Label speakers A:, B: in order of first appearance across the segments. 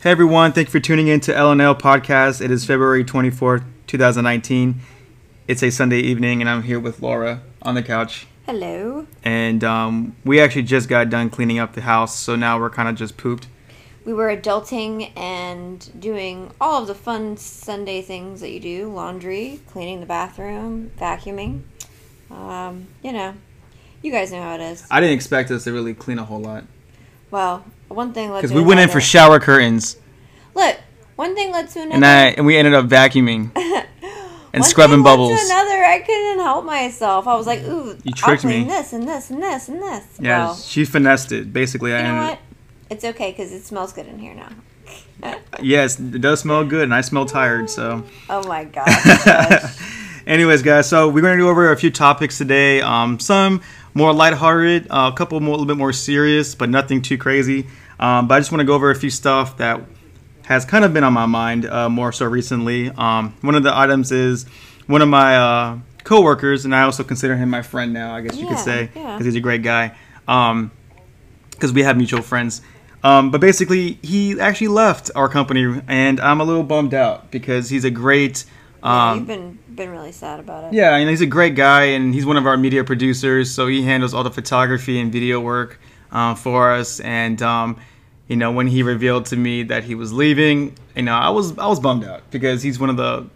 A: Hey everyone, thank you for tuning in to LNL Podcast. It is February 24th, 2019. It's a Sunday evening, and I'm here with Laura on the couch.
B: Hello.
A: And um, we actually just got done cleaning up the house, so now we're kind of just pooped.
B: We were adulting and doing all of the fun Sunday things that you do laundry, cleaning the bathroom, vacuuming. Um, you know, you guys know how it is.
A: I didn't expect us to really clean a whole lot
B: Well, one thing led to
A: because we went in for
B: another.
A: shower curtains,
B: Look, one thing led to another.
A: and I and we ended up vacuuming and
B: One
A: scrubbing
B: thing led to
A: bubbles.
B: another, I couldn't help myself. I was like, ooh,
A: You
B: I'll
A: tricked
B: clean
A: me.
B: this and this and this and this.
A: Yeah,
B: Well,
A: she finessed it. Basically, I
B: you know
A: ended.
B: what? It's okay because it smells good in here now.
A: Yes, it does smell good, and I smell tired. So.
B: oh my
A: Um,
B: gosh.
A: Anyways, guys, so we're going to go over a few topics today. Um, some more lighthearted, uh, a couple more, a little bit more serious, but nothing too crazy. Um, but I just want to go over a few stuff that has kind of been on my mind uh, more so recently. Um, one of the items is one of my uh, coworkers, and I also consider him my friend now, I guess you could
B: Yeah,
A: say,
B: yeah.
A: because he's a great guy. Um, because we have mutual friends. Um, but basically, he actually left our company, and I'm a little bummed out because he's a great.
B: Yeah,
A: Um,
B: You've been been really sad about it.
A: yeah, and he's a great guy, and he's one of our media producers, so he handles all the photography and video work uh, for us. And um, you know, when he revealed to me that he was leaving, you know, I was I was bummed out because he's one of the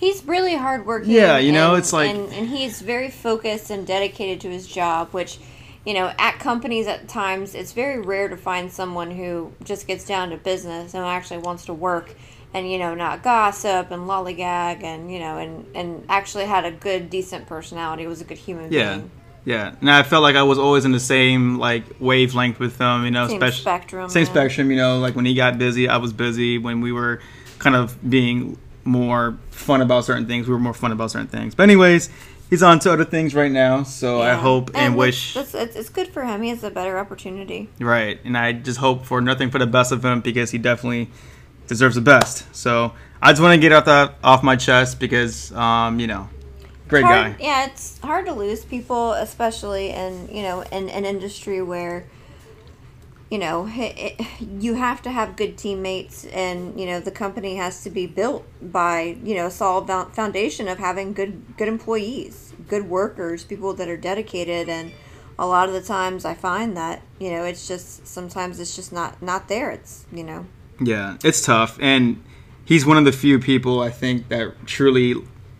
B: He's really hardworking.
A: Yeah, you know,
B: and-
A: it's like-
B: and, and he's very focused and dedicated to his job, which, you know, at companies at times it's very rare to find someone who just gets down to business and actually wants to work and you know not gossip and lollygag and you know and and actually had a good decent personality was a good human
A: yeah.
B: being
A: Yeah, and I felt like I was always in the same like wavelength with him, you know,
B: Same
A: spec-
B: spectrum,
A: same
B: yeah.
A: spectrum, you know, like when he got busy, I was busy. When we were kind of being more fun about certain things, we were more fun about certain things. But anyways, he's on to other things right now, so I
B: Yeah.
A: hope and,
B: look,
A: wish
B: that's, it's, it's good for him he has a better opportunity
A: Right, and I just hope for nothing for the best of him because he definitely deserves the best. So I just want to get out that off my chest because, um, you know, great guy.
B: hard- Yeah, it's hard to lose people, especially in you know in an industry where you know it, you have to have good teammates, and you know the company has to be built by you know a solid fo- foundation of having good good employees, good workers, people that are dedicated and. A lot of the times, I find that you know it's just sometimes it's just not not there. It's you know
A: Yeah, it's tough, and he's one of the few people I think that truly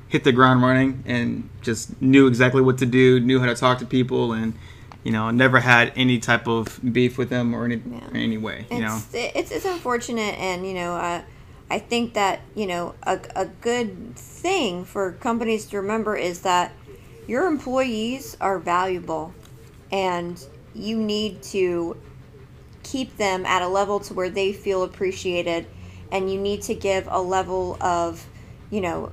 A: hit the ground running and just knew exactly what to do, knew how to talk to people, and you know, never had any type of beef with them or any
B: Yeah.
A: or any way. You know,
B: it's, it's it's unfortunate, and you know, uh, I think that you know a a good thing for companies to remember is that your employees are valuable, and you need to keep them at a level to where they feel appreciated, and you need to give a level of, you know,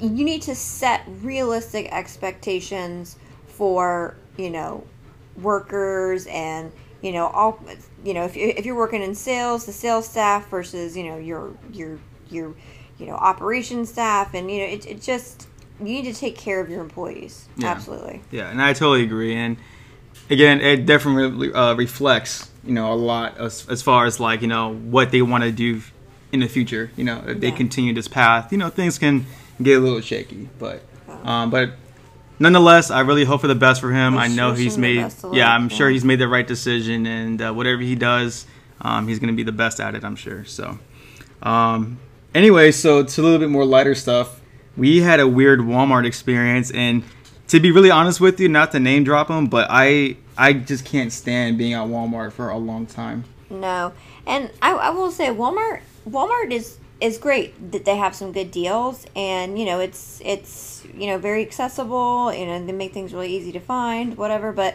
B: you need to set realistic expectations for you know workers and you know all you know if, you- if you're working in sales the sales staff versus you know your your your you know operations staff and you know it, it just you need to take care of your employees
A: Yeah.
B: absolutely
A: Yeah, and I totally agree. And again, it definitely uh, reflects, you know, a lot as, as far as like, you know, what they want to do in the future. You know, if they
B: Yeah.
A: continue this path, you know, things can get a little shaky. But, um, but nonetheless, I really hope for the best for him.
B: Wish-
A: I know
B: wish
A: he's
B: him the
A: made,
B: best of
A: yeah,
B: luck,
A: I'm sure
B: yeah.
A: he's made the right decision, and uh, whatever he does, um, he's going to be the best at it. I'm sure. So, um, anyway, so it's a little bit more lighter stuff. We had a weird Walmart experience, and to be really honest with you, not to name drop them, but I I just can't stand being at Walmart for a long time.
B: No, and I, I will say Walmart Walmart is is great that they have some good deals and you know it's it's you know very accessible you know they make things really easy to find whatever but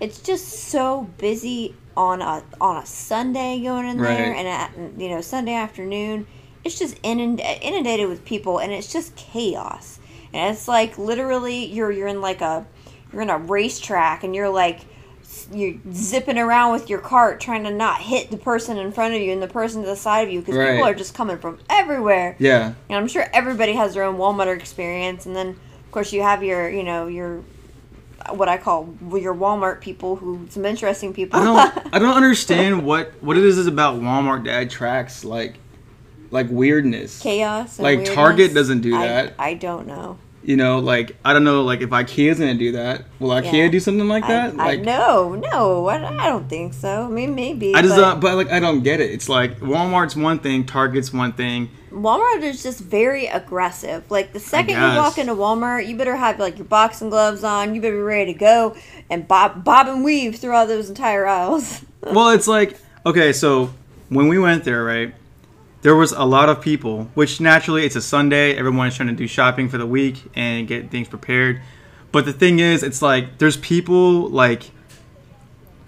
B: it's just so busy on a on a Sunday going in there
A: Right.
B: and at, you know Sunday afternoon it's just inund- inundated with people and it's just chaos and it's like literally you're you're in like a you're in a racetrack and you're like s- you're zipping around with your cart trying to not hit the person in front of you and the person to the side of you because
A: Right.
B: people are just coming from everywhere
A: Yeah,
B: and i'm sure everybody has their own walmart experience and then of course you have your you know your what I call your Walmart people who some interesting people.
A: I don't I don't understand what what it is about Walmart that attracts like like weirdness.
B: Chaos. and
A: like
B: weirdness.
A: Target doesn't do
B: I-
A: that.
B: I, don't know.
A: You know, like I don't know, like if IKEA's gonna do that, will IKEA
B: Yeah.
A: do something like
B: I,
A: that?
B: I
A: like
B: no, no, I, I don't think so. I mean, maybe.
A: I just um,
B: but
A: don't, but like I don't get it. It's like Walmart's one thing, Target's one thing.
B: Walmart is just very aggressive. Like the second you walk
A: guess.
B: into Walmart, you better have like your boxing gloves on. You better be ready to go and bob bob and weave through all those entire aisles.
A: well, it's like okay, so when we went there, right? There was a lot of people, which naturally it's a Sunday. Everyone's trying to do shopping for the week and get things prepared. But the thing is, it's like there's people like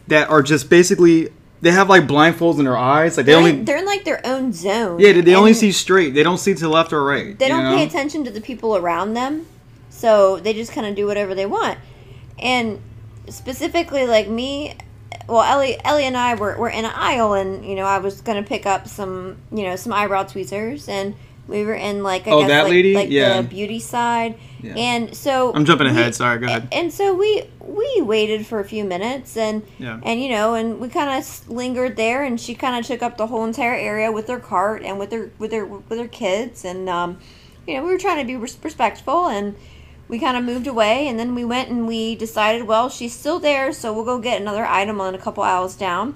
A: that are just basically they have like blindfolds in their eyes. Like they
B: They're,
A: only
B: in, they're in like their own zone.
A: yeah, they, they only
B: and
A: see straight. They don't see to left or right.
B: They
A: you
B: don't
A: know?
B: pay attention to the people around them, so they just kind of do whatever they want. And specifically, like me, well, Ellie, Ellie and I were, were in an aisle, and you know, I was gonna pick up some, you know, some eyebrow tweezers, and we were in like I
A: Oh,
B: guess,
A: that
B: like,
A: lady?
B: like
A: Yeah.
B: the beauty side,
A: Yeah.
B: and so
A: I'm jumping
B: we-
A: ahead. Sorry, go ahead.
B: and so we we waited for a few minutes and
A: Yeah.
B: and you know and we kind of lingered there and she kind of took up the whole entire area with her cart and with her with her with her kids and um you know we were trying to be res- respectful and we kind of moved away and then we went and we decided well she's still there so we'll go get another item on a couple aisles down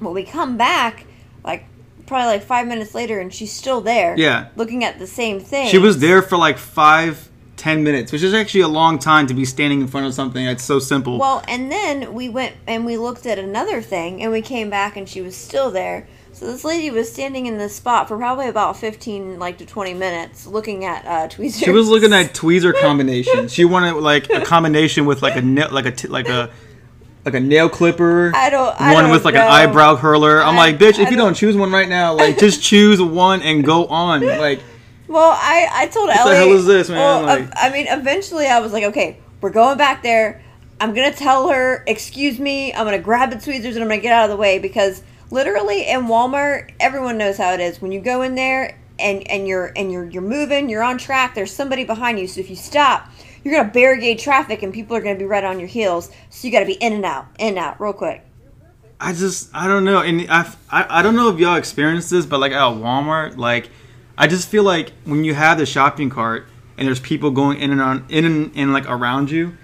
B: well we come back like probably like five minutes later and she's still there
A: Yeah.
B: looking at the same thing
A: She was there for like five, ten minutes, which is actually a long time to be standing in front of something that's so simple.
B: Well, and then we went and we looked at another thing and we came back and she was still there. So this lady was standing in this spot for probably about 15 like to 20 minutes looking at uh tweezers.
A: She was looking at tweezer combinations. She wanted like a combination with like a nail, like a t- like a like a nail clipper.
B: I don't- I
A: one
B: don't
A: with like an
B: know.
A: eyebrow curler. I'm
B: I-
A: like, bitch,
B: I
A: if you
B: don't-
A: don't choose one right now, like just choose one and go on. Like,
B: Well, I I told Ellie.
A: the hell is this, man?
B: Well,
A: Like-
B: I, I mean, eventually I was like, okay, we're going back there. I'm gonna tell her, excuse me. I'm gonna grab the tweezers and I'm gonna get out of the way because literally in Walmart, everyone knows how it is. When you go in there and and you're and you're you're moving, you're on track. There's somebody behind you, so if you stop. You're gonna barricade traffic and people are gonna be right on your heels, so you gotta be in and out, in and out, real quick.
A: I just I don't know, and I've, I I don't know if y'all experienced this, but like at Walmart, like I just feel like when you have the shopping cart and there's people going in and on in and, and like around you,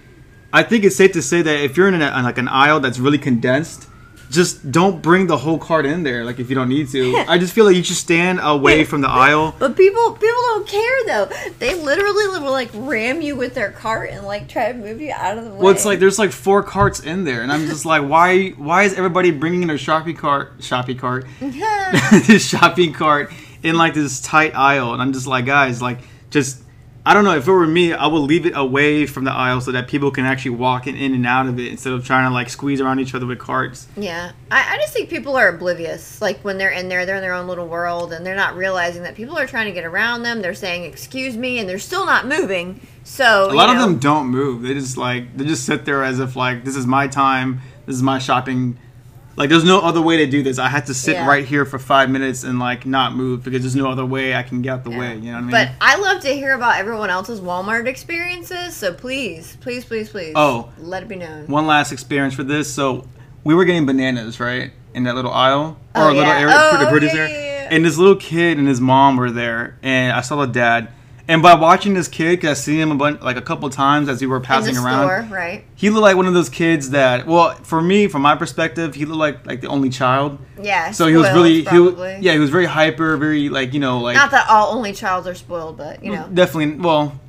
A: I think it's safe to say that if you're in an, like an aisle that's really condensed, just don't bring the whole cart in there. Like if you don't need to, I just feel like you should stand away from the aisle.
B: But people people don't care though. They literally will like ram you with their cart and like try to move you out of the way.
A: Well, it's like there's like four carts in there, and I'm just like, why? Why is everybody bringing their shopping cart, shopping cart, this shopping cart in like this tight aisle? And I'm just like, guys, like, just I don't know. If it were me, I would leave it away from the aisle so that people can actually walk in, in and out of it instead of trying to like squeeze around each other with carts.
B: yeah, I, I just think people are oblivious. Like when they're in there, they're in their own little world, and they're not realizing that people are trying to get around them. They're saying "excuse me," and they're still not moving. So
A: A lot
B: you
A: of
B: know,
A: them don't move. They just like they just sit there as if like this is my time. This is my shopping. Like there's no other way to do this. I had to sit
B: Yeah.
A: right here for five minutes and like not move because there's no other way I can get out the
B: yeah.
A: way. You know what I mean?
B: But I love to hear about everyone else's Walmart experiences. So please, please, please, please,
A: Oh.
B: let it be known.
A: one last experience for this. So we were getting bananas, right? In that little aisle
B: Oh,
A: or a little
B: yeah.
A: area
B: Oh,
A: for the
B: oh,
A: producer.
B: yeah, yeah, yeah.
A: And this little kid and his mom were there, and I saw the dad. And by watching this kid, cause I seen him a bunch, like a couple times as we were
B: in the
A: passing around.
B: store, right?
A: He looked like one of those kids that, well, for me, from my perspective, he looked like like the only child.
B: Yeah.
A: So he was
B: spoiled,
A: really, he, wa-
B: probably.
A: yeah, he was very hyper, very like you know, like
B: Not that all only childs are spoiled, but you know,
A: definitely. Well,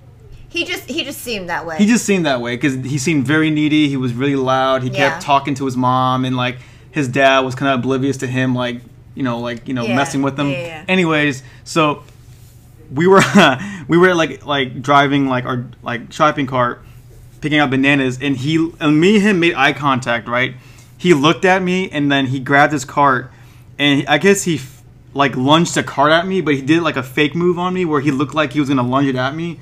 B: he just he just seemed that way.
A: he just seemed that way because he seemed very needy. He was really loud. He
B: Yeah.
A: kept talking to his mom, and like his dad was kind of oblivious to him, like you know, like you know,
B: Yeah,
A: messing with him.
B: yeah, yeah.
A: Anyways, so we were we were like like driving like our like shopping cart, picking up bananas, and he and me and him made eye contact. Right, he looked at me, and then he grabbed his cart, and I guess he. f- Like lunged a cart at me, but he did like a fake move on me where he looked like he was gonna lunge it at me,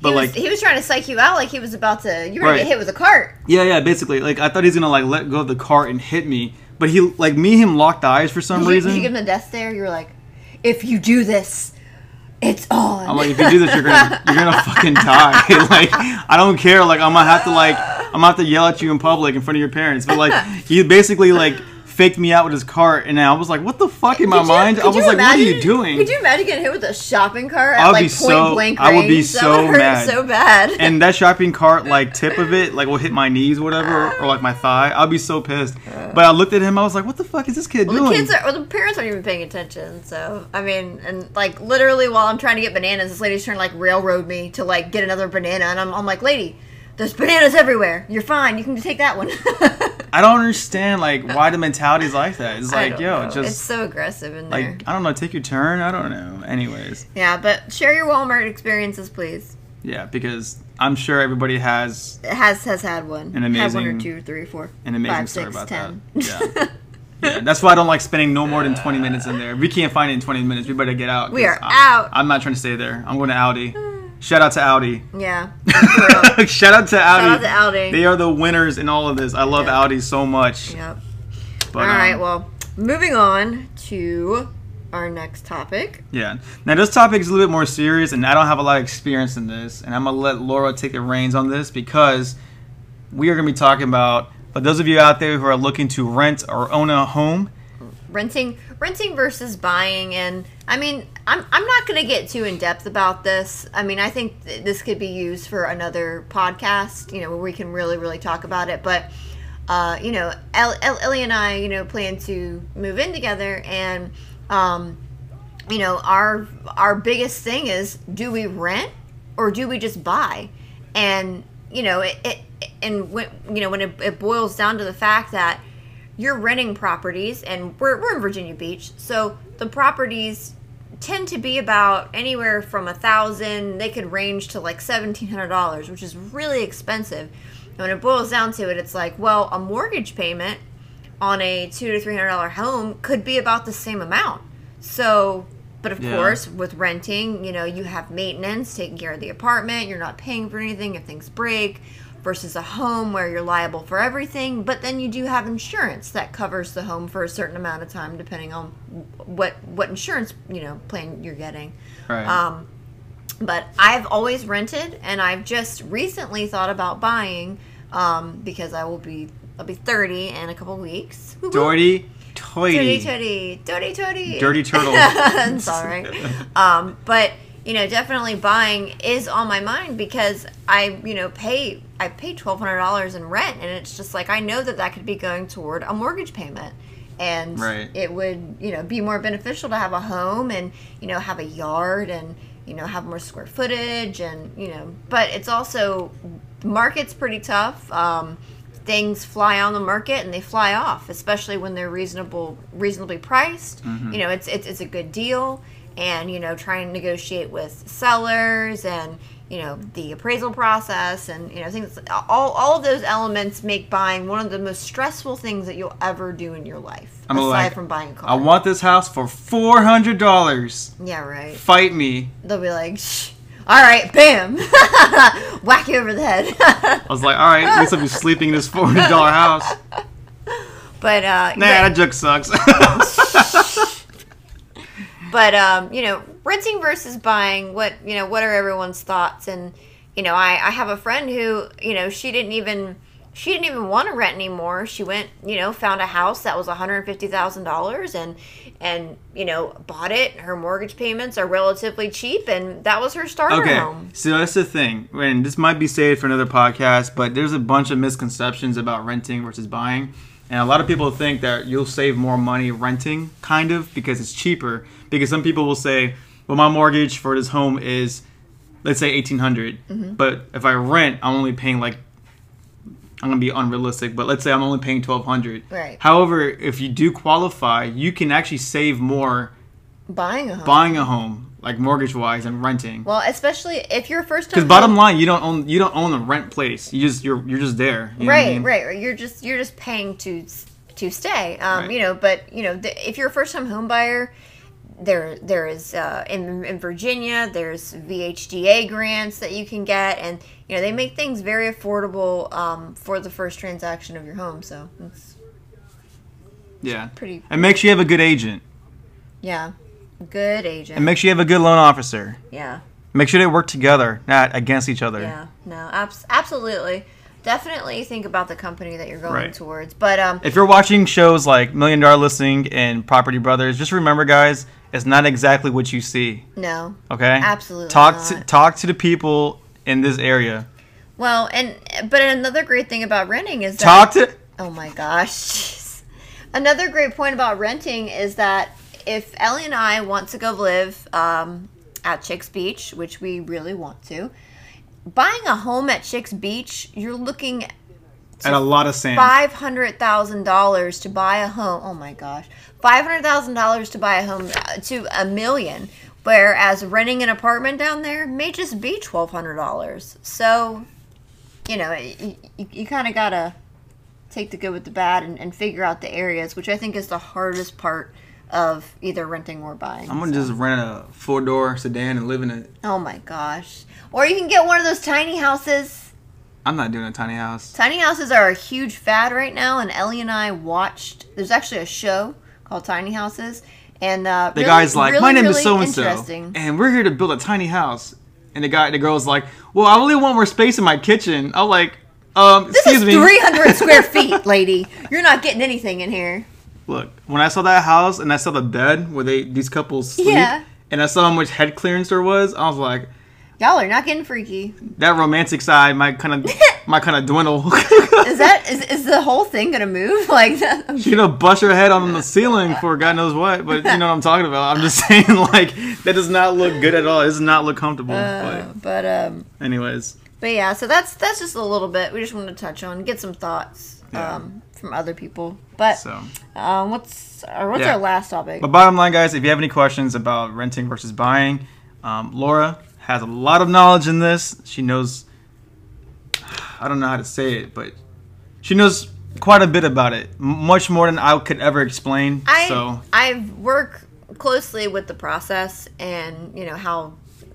A: but
B: he,
A: like
B: was, he was trying to psych you out, like he was about to. You were gonna
A: Right.
B: get hit with a cart.
A: Yeah, yeah, basically. Like I thought he's gonna like let go of the cart and hit me, but he like me and him locked eyes for some
B: Did you,
A: reason.
B: did you give him the death stare? You were like, "If you do this, it's on."
A: I'm like, if you do this, you're gonna you're gonna fucking die. like I don't care. Like I'm gonna have to like I'm about to yell at you in public in front of your parents. But like, he basically like faked me out with his cart, and I was like, what the fuck in my
B: Could you-
A: mind? I
B: could
A: was
B: you
A: like, what are you
B: imagine-
A: doing?
B: Could you imagine getting hit with a shopping cart
A: I
B: at
A: would
B: like
A: be
B: point
A: so-
B: blank
A: I
B: range?
A: would be
B: that would
A: so
B: hurt
A: mad.
B: so bad.
A: and that shopping cart like tip of it like will hit my knees or whatever or like my thigh i'll be so pissed but i looked at him i was like what the fuck is this kid
B: well, the
A: doing
B: kids are, or the parents aren't even paying attention. So I mean, and like literally while I'm trying to get bananas, this lady's trying to like railroad me to like get another banana, and I'm, I'm like, lady, there's bananas everywhere. You're fine. You can take that one.
A: i don't understand like why the mentality is like that it's
B: I
A: like
B: don't
A: yo
B: know.
A: just
B: it's so aggressive in there.
A: like i don't know take your turn i don't know anyways
B: yeah, but share your Walmart experiences, please.
A: yeah because i'm sure everybody has
B: It has has had one.
A: An
B: had one or
A: amazing-
B: two, three, four,
A: an amazing
B: five,
A: story
B: six,
A: about
B: ten.
A: that yeah Yeah, that's why I don't like spending no more than 20 minutes in there. If we can't find it in 20 minutes, we better get out.
B: We
A: 'cause
B: are
A: I'm,
B: out.
A: I'm not trying to stay there. I'm going to Audi. Shout out to Audi.
B: yeah. for real.
A: Shout out to Audi.
B: Shout out to Audi.
A: They are the winners in all of this. I love
B: Yeah.
A: Audi so much.
B: Yep.
A: But,
B: All right.
A: um,
B: Well, moving on to our next topic.
A: yeah. Now this topic is a little bit more serious, and I don't have a lot of experience in this, and I'm gonna let Laura take the reins on this because we are gonna be talking about. For those of you out there who are looking to rent or own a home,
B: renting renting versus buying and i mean i'm, I'm not going to get too in depth about this i mean i think th- this could be used for another podcast you know where we can really really talk about it but uh, you know El- El- ellie and i you know plan to move in together and um, you know our our biggest thing is do we rent or do we just buy and you know it, it and when you know when it, it boils down to the fact that you're renting properties and we're, we're in virginia beach so the properties tend to be about anywhere from a thousand they could range to like $1700 which is really expensive and when it boils down to it it's like well a mortgage payment on a two to three hundred dollar home could be about the same amount. So, but of
A: Yeah.
B: course, with renting, you know, you have maintenance, taking care of the apartment. You're not paying for anything if things break. Versus a home where you're liable for everything, but then you do have insurance that covers the home for a certain amount of time, depending on what what insurance you know plan you're getting.
A: right?
B: Um, but I've always rented, and I've just recently thought about buying um, because I will be I'll be thirty in a couple weeks. Woo-woo.
A: Dirty,
B: Dirty,
A: toity.
B: dirty, dirty, dirty.
A: Dirty turtle.
B: I'm sorry. Um, but you know, definitely buying is on my mind because I, you know, pay I pay twelve hundred dollars in rent, and it's just like I know that that could be going toward a mortgage payment, and
A: Right.
B: it would you know be more beneficial to have a home and you know have a yard and you know have more square footage and you know, but it's also market's pretty tough. Um, things fly on the market and they fly off, especially when they're reasonable, reasonably priced.
A: Mm-hmm.
B: You know, it's, it's it's a good deal, and you know, trying to negotiate with sellers and you know the appraisal process and you know things. All all of those elements make buying one of the most stressful things that you'll ever do in your life,
A: I'm
B: aside
A: like,
B: from buying a car.
A: I want this house for four hundred dollars.
B: yeah, right.
A: Fight me.
B: They'll be like, Shh. all right, bam, whack you over the head.
A: I was like, all right, at least I'll be sleeping in this four hundred dollar house.
B: but uh,
A: Nah,
B: yeah.
A: that joke sucks.
B: but um, you know, renting versus buying, what you know, what are everyone's thoughts? And you know, I I have a friend who you know she didn't even she didn't even want to rent anymore. She went you know found a house that was one hundred fifty thousand dollars and and you know bought it. Her mortgage payments are relatively cheap, and that was her starter
A: okay,
B: home.
A: so that's the thing. And this might be saved for another podcast, but there's a bunch of misconceptions about renting versus buying. And a lot of people think that you'll save more money renting, kind of, because it's cheaper. Because some people will say, well, my mortgage for this home is, let's say, 1800 But if I rent, I'm only paying like, I'm going to be unrealistic, but let's say I'm only paying 1200
B: Right.
A: However, if you do qualify, you can actually save more
B: Buying a home.
A: buying a home, like mortgage wise, and renting.
B: well, especially if you're a first time.
A: Because bottom line, you don't own you don't own the rent place. You just you're you're just there. You know what I
B: right
A: mean?
B: right right you're just you're just paying to to stay um
A: Right.
B: you know but you know th- if you're a first-time home buyer there there is uh in, in virginia there's vhda grants that you can get and you know they make things very affordable um for the first transaction of your home so it's
A: Yeah.
B: pretty
A: And make sure you have a good agent.
B: yeah good
A: And
B: agent
A: make sure you have a good loan officer.
B: yeah
A: Make sure they work together, not against each other.
B: yeah no abs- absolutely definitely think about the company that you're going
A: Right.
B: towards. But um,
A: If you're watching shows like Million Dollar Listing and Property Brothers, just remember, guys, it's not exactly what you see.
B: no.
A: Okay.
B: Absolutely
A: Talk to
B: not.
A: talk to the people in this area.
B: Well, and but another great thing about renting is that
A: Talk to.
B: Oh my gosh. jeez. Another great point about renting is that if Ellie and I want to go live um, at Chicks Beach, which we really want to, buying a home at Chicks Beach, you're looking
A: At a lot of sand.
B: five hundred thousand dollars to buy a home. Oh my gosh, five hundred thousand dollars to buy a home uh, to a million. Whereas renting an apartment down there may just be twelve hundred dollars. So, you know, you, you, you kind of gotta take the good with the bad and, and figure out the areas, which I think is the hardest part of either renting or buying.
A: I'm gonna just rent a four door sedan and live in it.
B: oh my gosh! Or you can get one of those tiny houses.
A: I'm not doing a tiny house.
B: Tiny houses are a huge fad right now, and Ellie and I watched. There's actually a show called Tiny Houses, and uh,
A: The guy's like, my name is so and so, and we're here to build a tiny house. And the guy, the girl's like, well, I really want more space in my kitchen. I'm like, um,
B: This
A: excuse
B: is
A: me.
B: 300 square feet, lady. You're not getting anything in here.
A: Look, when I saw that house and I saw the bed where they these couples sleep,
B: Yeah.
A: and I saw how much head clearance there was, I was like,
B: Y'all are not getting freaky.
A: that romantic side might kind of might kind of dwindle.
B: Is that is, is the whole thing gonna move like that?
A: You're gonna bust your head on the ceiling for God knows what, but you know what I'm talking about. I'm just saying, like, that does not look good at all. It does not look comfortable.
B: Uh, but um,
A: but anyways,
B: but yeah. So that's that's just a little bit. We just wanted to touch on, get some thoughts
A: Yeah.
B: um from other people. But
A: so.
B: um, what's or what's
A: Yeah.
B: our last topic?
A: But bottom line, guys, if you have any questions about renting versus buying, um, Laura has a lot of knowledge in this. She knows, I don't know how to say it, but she knows quite a bit about it, m- much more than I could ever explain.
B: I
A: so
B: I work closely with the process and you know how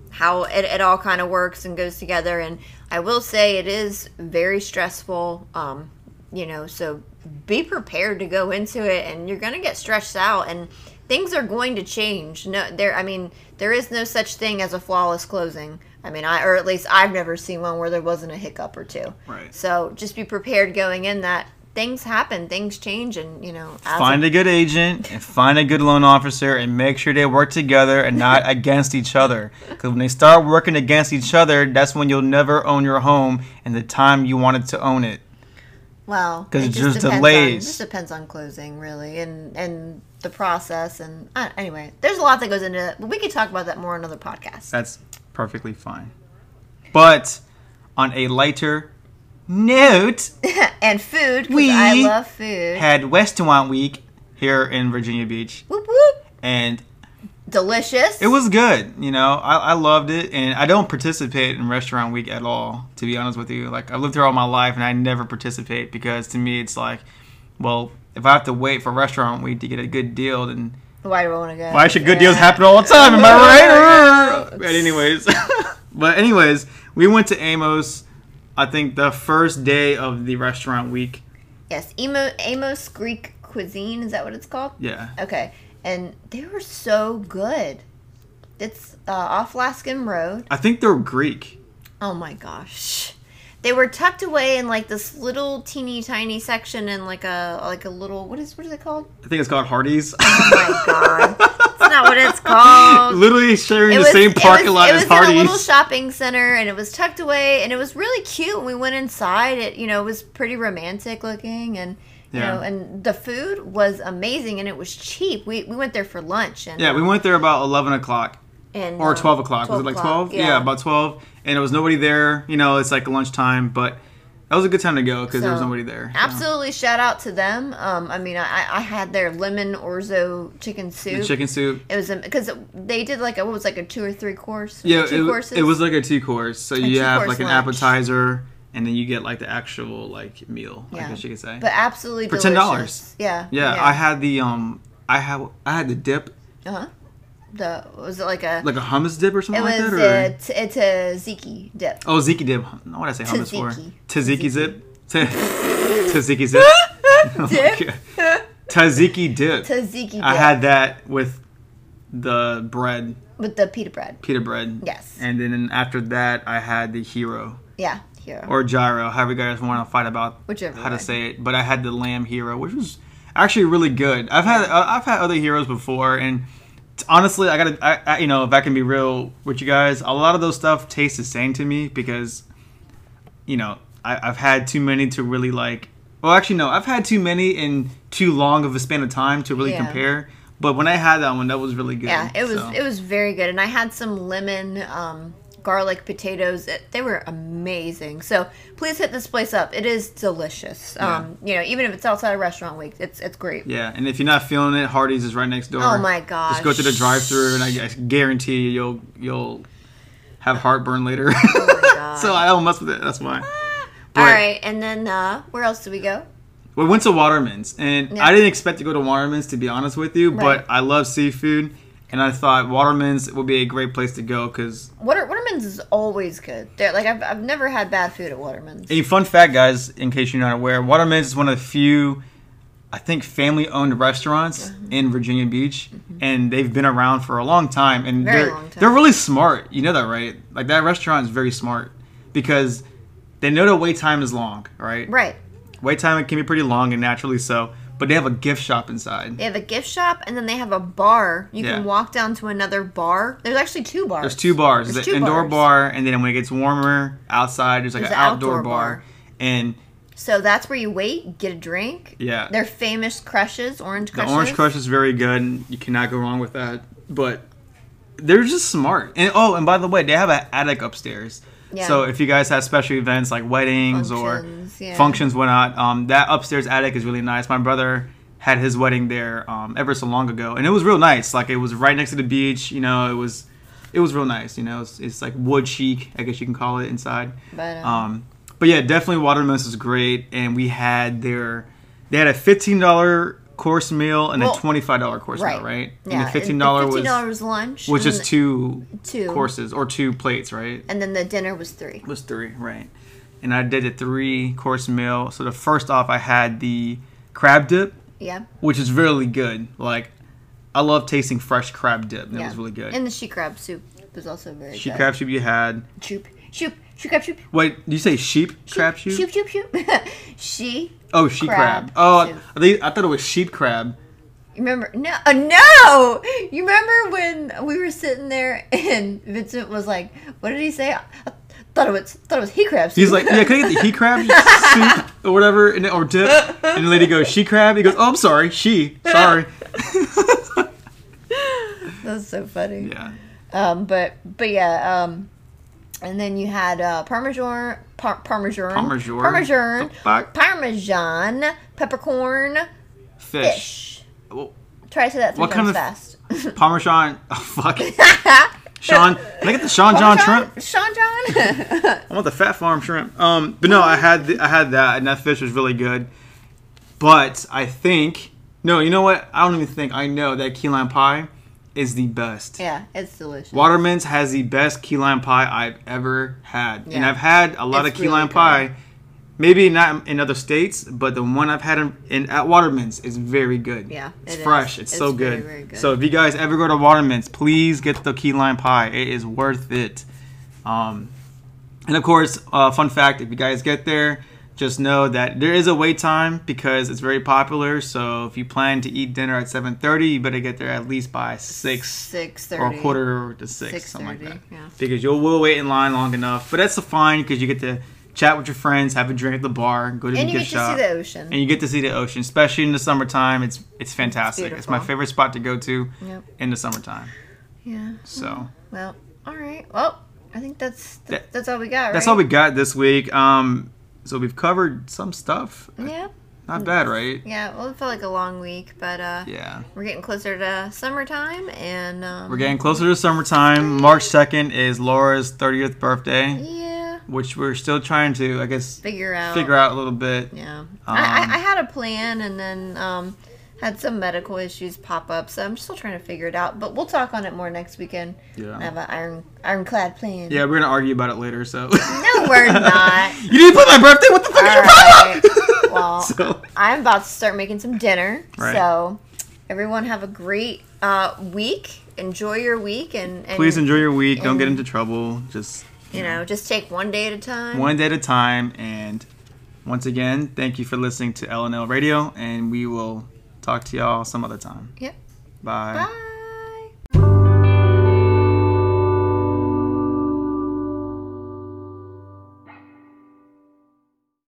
B: how it, it all kind of works and goes together and I will say it is very stressful um you know so be prepared to go into it and you're going to get stressed out and things are going to change no there I mean there is no such thing as a flawless closing I mean I or at least I've never seen one where there wasn't a hiccup or two
A: Right.
B: so just be prepared going in that things happen things change and you know as
A: find a good agent and find a good loan officer and make sure they work together and not against each other. Because when they start working against each other, that's when you'll never own your home and the time you wanted to own it.
B: Well,
A: 'Cause
B: it
A: it's just
B: depends On, it
A: delays.
B: just depends on closing, really, and and the process, and uh, anyway, there's a lot that goes into it. But we could talk about that more on another podcast.
A: That's perfectly fine. But on a lighter note,
B: and food, because
A: We
B: I love food.
A: had Westmont Week here in Virginia Beach,
B: whoop whoop,
A: and
B: delicious.
A: it was good. You know, I, I loved it, and I don't participate in Restaurant Week at all, to be honest with you. Like, I've lived here all my life, and I never participate because to me, it's like, well, if I have to wait for Restaurant Week to get a good deal, then
B: Why do I want to go?
A: Why should good
B: Yeah.
A: deals happen all the time? Am I right? but anyways, but anyways, we went to Amos. I think the first day of the restaurant week.
B: Yes, Emo, Amos Greek cuisine is that what it's called?
A: Yeah,
B: Okay, and they were so good. It's uh, off Laskin Road.
A: I think they're Greek.
B: Oh my gosh. They were tucked away in like this little teeny tiny section in like a like a little what is what is it called?
A: I think it's called Hardee's.
B: Oh my god. It's not what it's called.
A: Literally sharing
B: Oh. It
A: the
B: was-
A: same
B: it
A: parking
B: was-
A: lot
B: it
A: as
B: was in a little
A: Hardee's.
B: shopping center and it was tucked away and it was really cute. We went inside. It you know, it was pretty romantic looking and you
A: Yeah.
B: know, and the food was amazing and it was cheap. We we went there for lunch and
A: Yeah, we went there about eleven o'clock
B: and
A: or
B: uh,
A: twelve o'clock. Was it like twelve? Yeah. about twelve. And there was nobody there. You know, it's like lunchtime, but that was a good time to go because there was
B: So,
A: nobody there. so.
B: Absolutely, shout out to them. Um, I mean, I, I had their lemon orzo chicken soup.
A: The chicken soup.
B: It was because they did like a, what was like a two or three course.
A: Yeah,
B: two
A: it, w-
B: courses.
A: it was like a two course. So you
B: two
A: have
B: course
A: like an
B: lunch.
A: appetizer, and then you get like the actual like meal. I
B: Yeah.
A: guess you could say.
B: but absolutely
A: for $10.
B: delicious. Yeah,
A: yeah, I had the um, I had I had the dip,
B: uh huh. The was it like a
A: like a hummus dip or
B: it
A: something
B: was
A: like that, or
B: a t- it's a ziki dip.
A: oh ziki dip. Not what I say hummus
B: Tzatziki.
A: for. Tzatziki zip. Ta- Tzatziki zip. Oh my
B: Dip?
A: God. Tzatziki dip.
B: Tzatziki dip
A: I had that with the bread,
B: with the pita bread.
A: pita bread.
B: Yes.
A: And then after that, I had the hero.
B: Yeah, hero.
A: or gyro, however you guys want to fight about
B: Whichever
A: how to
B: way.
A: say it. But I had the lamb hero, which was actually really good. I've had uh, I've had other heroes before, and t- honestly, I gotta I, I, you know if I can be real with you guys, a lot of those stuff tastes the same to me because you know I, I've had too many to really like. Well, actually, no, I've had too many in too long of a span of time to really
B: Yeah.
A: compare. But when I had that one, that was really good.
B: yeah, it was
A: so.
B: it was very good, and I had some lemon, um, garlic potatoes. It, they were amazing. So please hit this place up. It is delicious. Um, you know, even if it's outside of restaurant week, it's it's great.
A: Yeah, and if you're not feeling it, Hardee's is right next door.
B: Oh my gosh.
A: Just go to the drive-through, and I, I guarantee you, you'll you'll have heartburn later.
B: Oh gosh.
A: so I don't mess with it. That's why. But
B: All right, and then uh, where else do we go?
A: We went to Waterman's, and
B: Yeah.
A: I didn't expect to go to Waterman's to be honest with you,
B: Right.
A: but I love seafood, and I thought Waterman's would be a great place to go because
B: Water Waterman's is always good. They're, like I've I've never had bad food at Waterman's.
A: A fun fact, guys, in case you're not aware, Waterman's is one of the few, I think, family owned restaurants
B: Mm-hmm.
A: in Virginia Beach, and they've been around for a long time. And
B: Very
A: they're,
B: long time.
A: they're really smart. You know that, right? Like, that restaurant is very smart because they know the wait time is long, right?
B: Right.
A: Wait time can be pretty long, and naturally so, but they have a gift shop inside.
B: They have a gift shop, and then they have a bar. You
A: Yeah.
B: can walk down to another bar. There's actually two bars.
A: There's two bars. There's
B: There's
A: an
B: two
A: indoor
B: bars.
A: bar, and then when it gets warmer outside, there's like
B: There's
A: an
B: an
A: outdoor,
B: outdoor
A: bar.
B: bar.
A: And
B: So that's where you wait, get a drink.
A: Yeah.
B: Their famous crushes, orange
A: The
B: crushes.
A: orange crush is very good. And you cannot go wrong with that. But they're just smart. And oh, and by the way, they have an attic upstairs.
B: Yeah.
A: So if you guys have special events like weddings
B: Functions,
A: or
B: yeah.
A: functions, whatnot, um, that upstairs attic is really nice. My brother had his wedding there um, ever so long ago, and it was real nice. Like it was right next to the beach. You know, it was it was real nice. You know, it's, it's like wood chic, I guess you can call it inside.
B: But, um,
A: Um, but yeah, definitely Watermelons is great, and we had their they had a fifteen dollar course meal and
B: Well,
A: a twenty five dollar course meal, right?
B: Yeah.
A: And the fifteen dollar
B: $15
A: was
B: was lunch.
A: was
B: and
A: just
B: the-
A: two,
B: two.
A: courses or two plates, right?
B: And then the dinner was three.
A: It was three, right? And I did a three course meal. So the first off, I had the crab dip,
B: Yeah.
A: which is really good. Like I love tasting fresh crab dip. That
B: yeah.
A: was really good.
B: And the she crab soup was also very
A: sheep
B: good.
A: crab soup you had.
B: Shoop. Shoop. She crab soup.
A: Wait, did you say sheep crab soup?
B: Shoop, shoop, shoop. she.
A: Oh, sheep crab.
B: Crab
A: Oh,
B: soup.
A: I, think- I thought it was sheep crab.
B: You remember? No. Uh, no! You remember when we were sitting there and Vincent was like, what did he say? I I thought it was, thought it was he crab soup.
A: He's like, yeah, can I get the he crab soup or whatever, and, or dip? And the lady goes, she crab. He goes, oh, I'm sorry, she, sorry.
B: That's so funny.
A: Yeah,
B: Um, but but yeah, um, and then you had uh, parmesan, par- parmesan,
A: Parmesan.
B: parmesan,
A: The fuck?
B: parmesan, peppercorn,
A: fish.
B: fish.
A: Well,
B: Try to say that three
A: What kind
B: times
A: of-
B: fast.
A: Parmesan. Oh fuck. Sean, can I get the Sean John shrimp?
B: Sean John.
A: I want the Fat Farm shrimp. Um, but no, I had the, I had that, and that fish was really good. But I think no, you know what? I don't even think I know that key lime pie is the best.
B: yeah, it's delicious.
A: Waterman's has the best key lime pie I've ever had. And
B: Yeah.
A: I've had a lot
B: It's
A: of key
B: really
A: lime
B: good.
A: pie, maybe not in other states, but the one I've had in, in at Waterman's is very good.
B: Yeah,
A: It's
B: it is.
A: fresh. It's, so
B: It's very,
A: good.
B: very good.
A: So if you guys ever go to Waterman's, please get the key lime pie. It is worth it. Um, and of course, uh, fun fact: if you guys get there, just know that there is a wait time because it's very popular. So if you plan to eat dinner at seven thirty, you better get there at least by six
B: Six
A: or
B: thirty.
A: a quarter to six, something like that.
B: 6:30, yeah.
A: Because you will wait in line long enough. But that's fine because you get to chat with your friends, have a drink at the bar, go to
B: And
A: the
B: you
A: gift
B: get
A: shop,
B: to see the ocean.
A: and you get to see the ocean. Especially in the summertime, it's it's fantastic. It's, my
B: beautiful.
A: favorite spot to go to
B: Yep.
A: in the summertime.
B: yeah.
A: So
B: Well. All right. Well, I think that's that's,
A: That-
B: all we got.
A: that's
B: right?
A: all we got this week. Um, so we've covered some stuff.
B: Yeah.
A: Not
B: Mm.
A: bad, right?
B: Yeah. Well, it felt like a long week, but uh,
A: Yeah.
B: we're getting closer to summertime, and um,
A: We're getting closer to summertime. March 2nd is Laura's 30th birthday,
B: yeah.
A: which we're still trying to, I guess,
B: Figure out.
A: figure out um, a little bit.
B: Yeah. I, I, I had a plan and then um, had some medical issues pop up, so I'm still trying to figure it out. But we'll talk on it more next weekend.
A: Yeah.
B: I have an iron ironclad plan.
A: Yeah, we're gonna argue about it later. So
B: No, we're not.
A: you didn't put my birthday. What the fuck
B: All
A: are you
B: right.
A: talking about?
B: Well,
A: So-
B: I'm about to start making some dinner.
A: Right.
B: So, everyone have a great uh, week. Enjoy your week and, and
A: Please enjoy your week. Don't get into trouble. Just
B: You know, just take one day at a time.
A: one day at a time. And once again, thank you for listening to LNL Radio, and we will talk to y'all some other time.
B: Yep.
A: Bye.
B: Bye.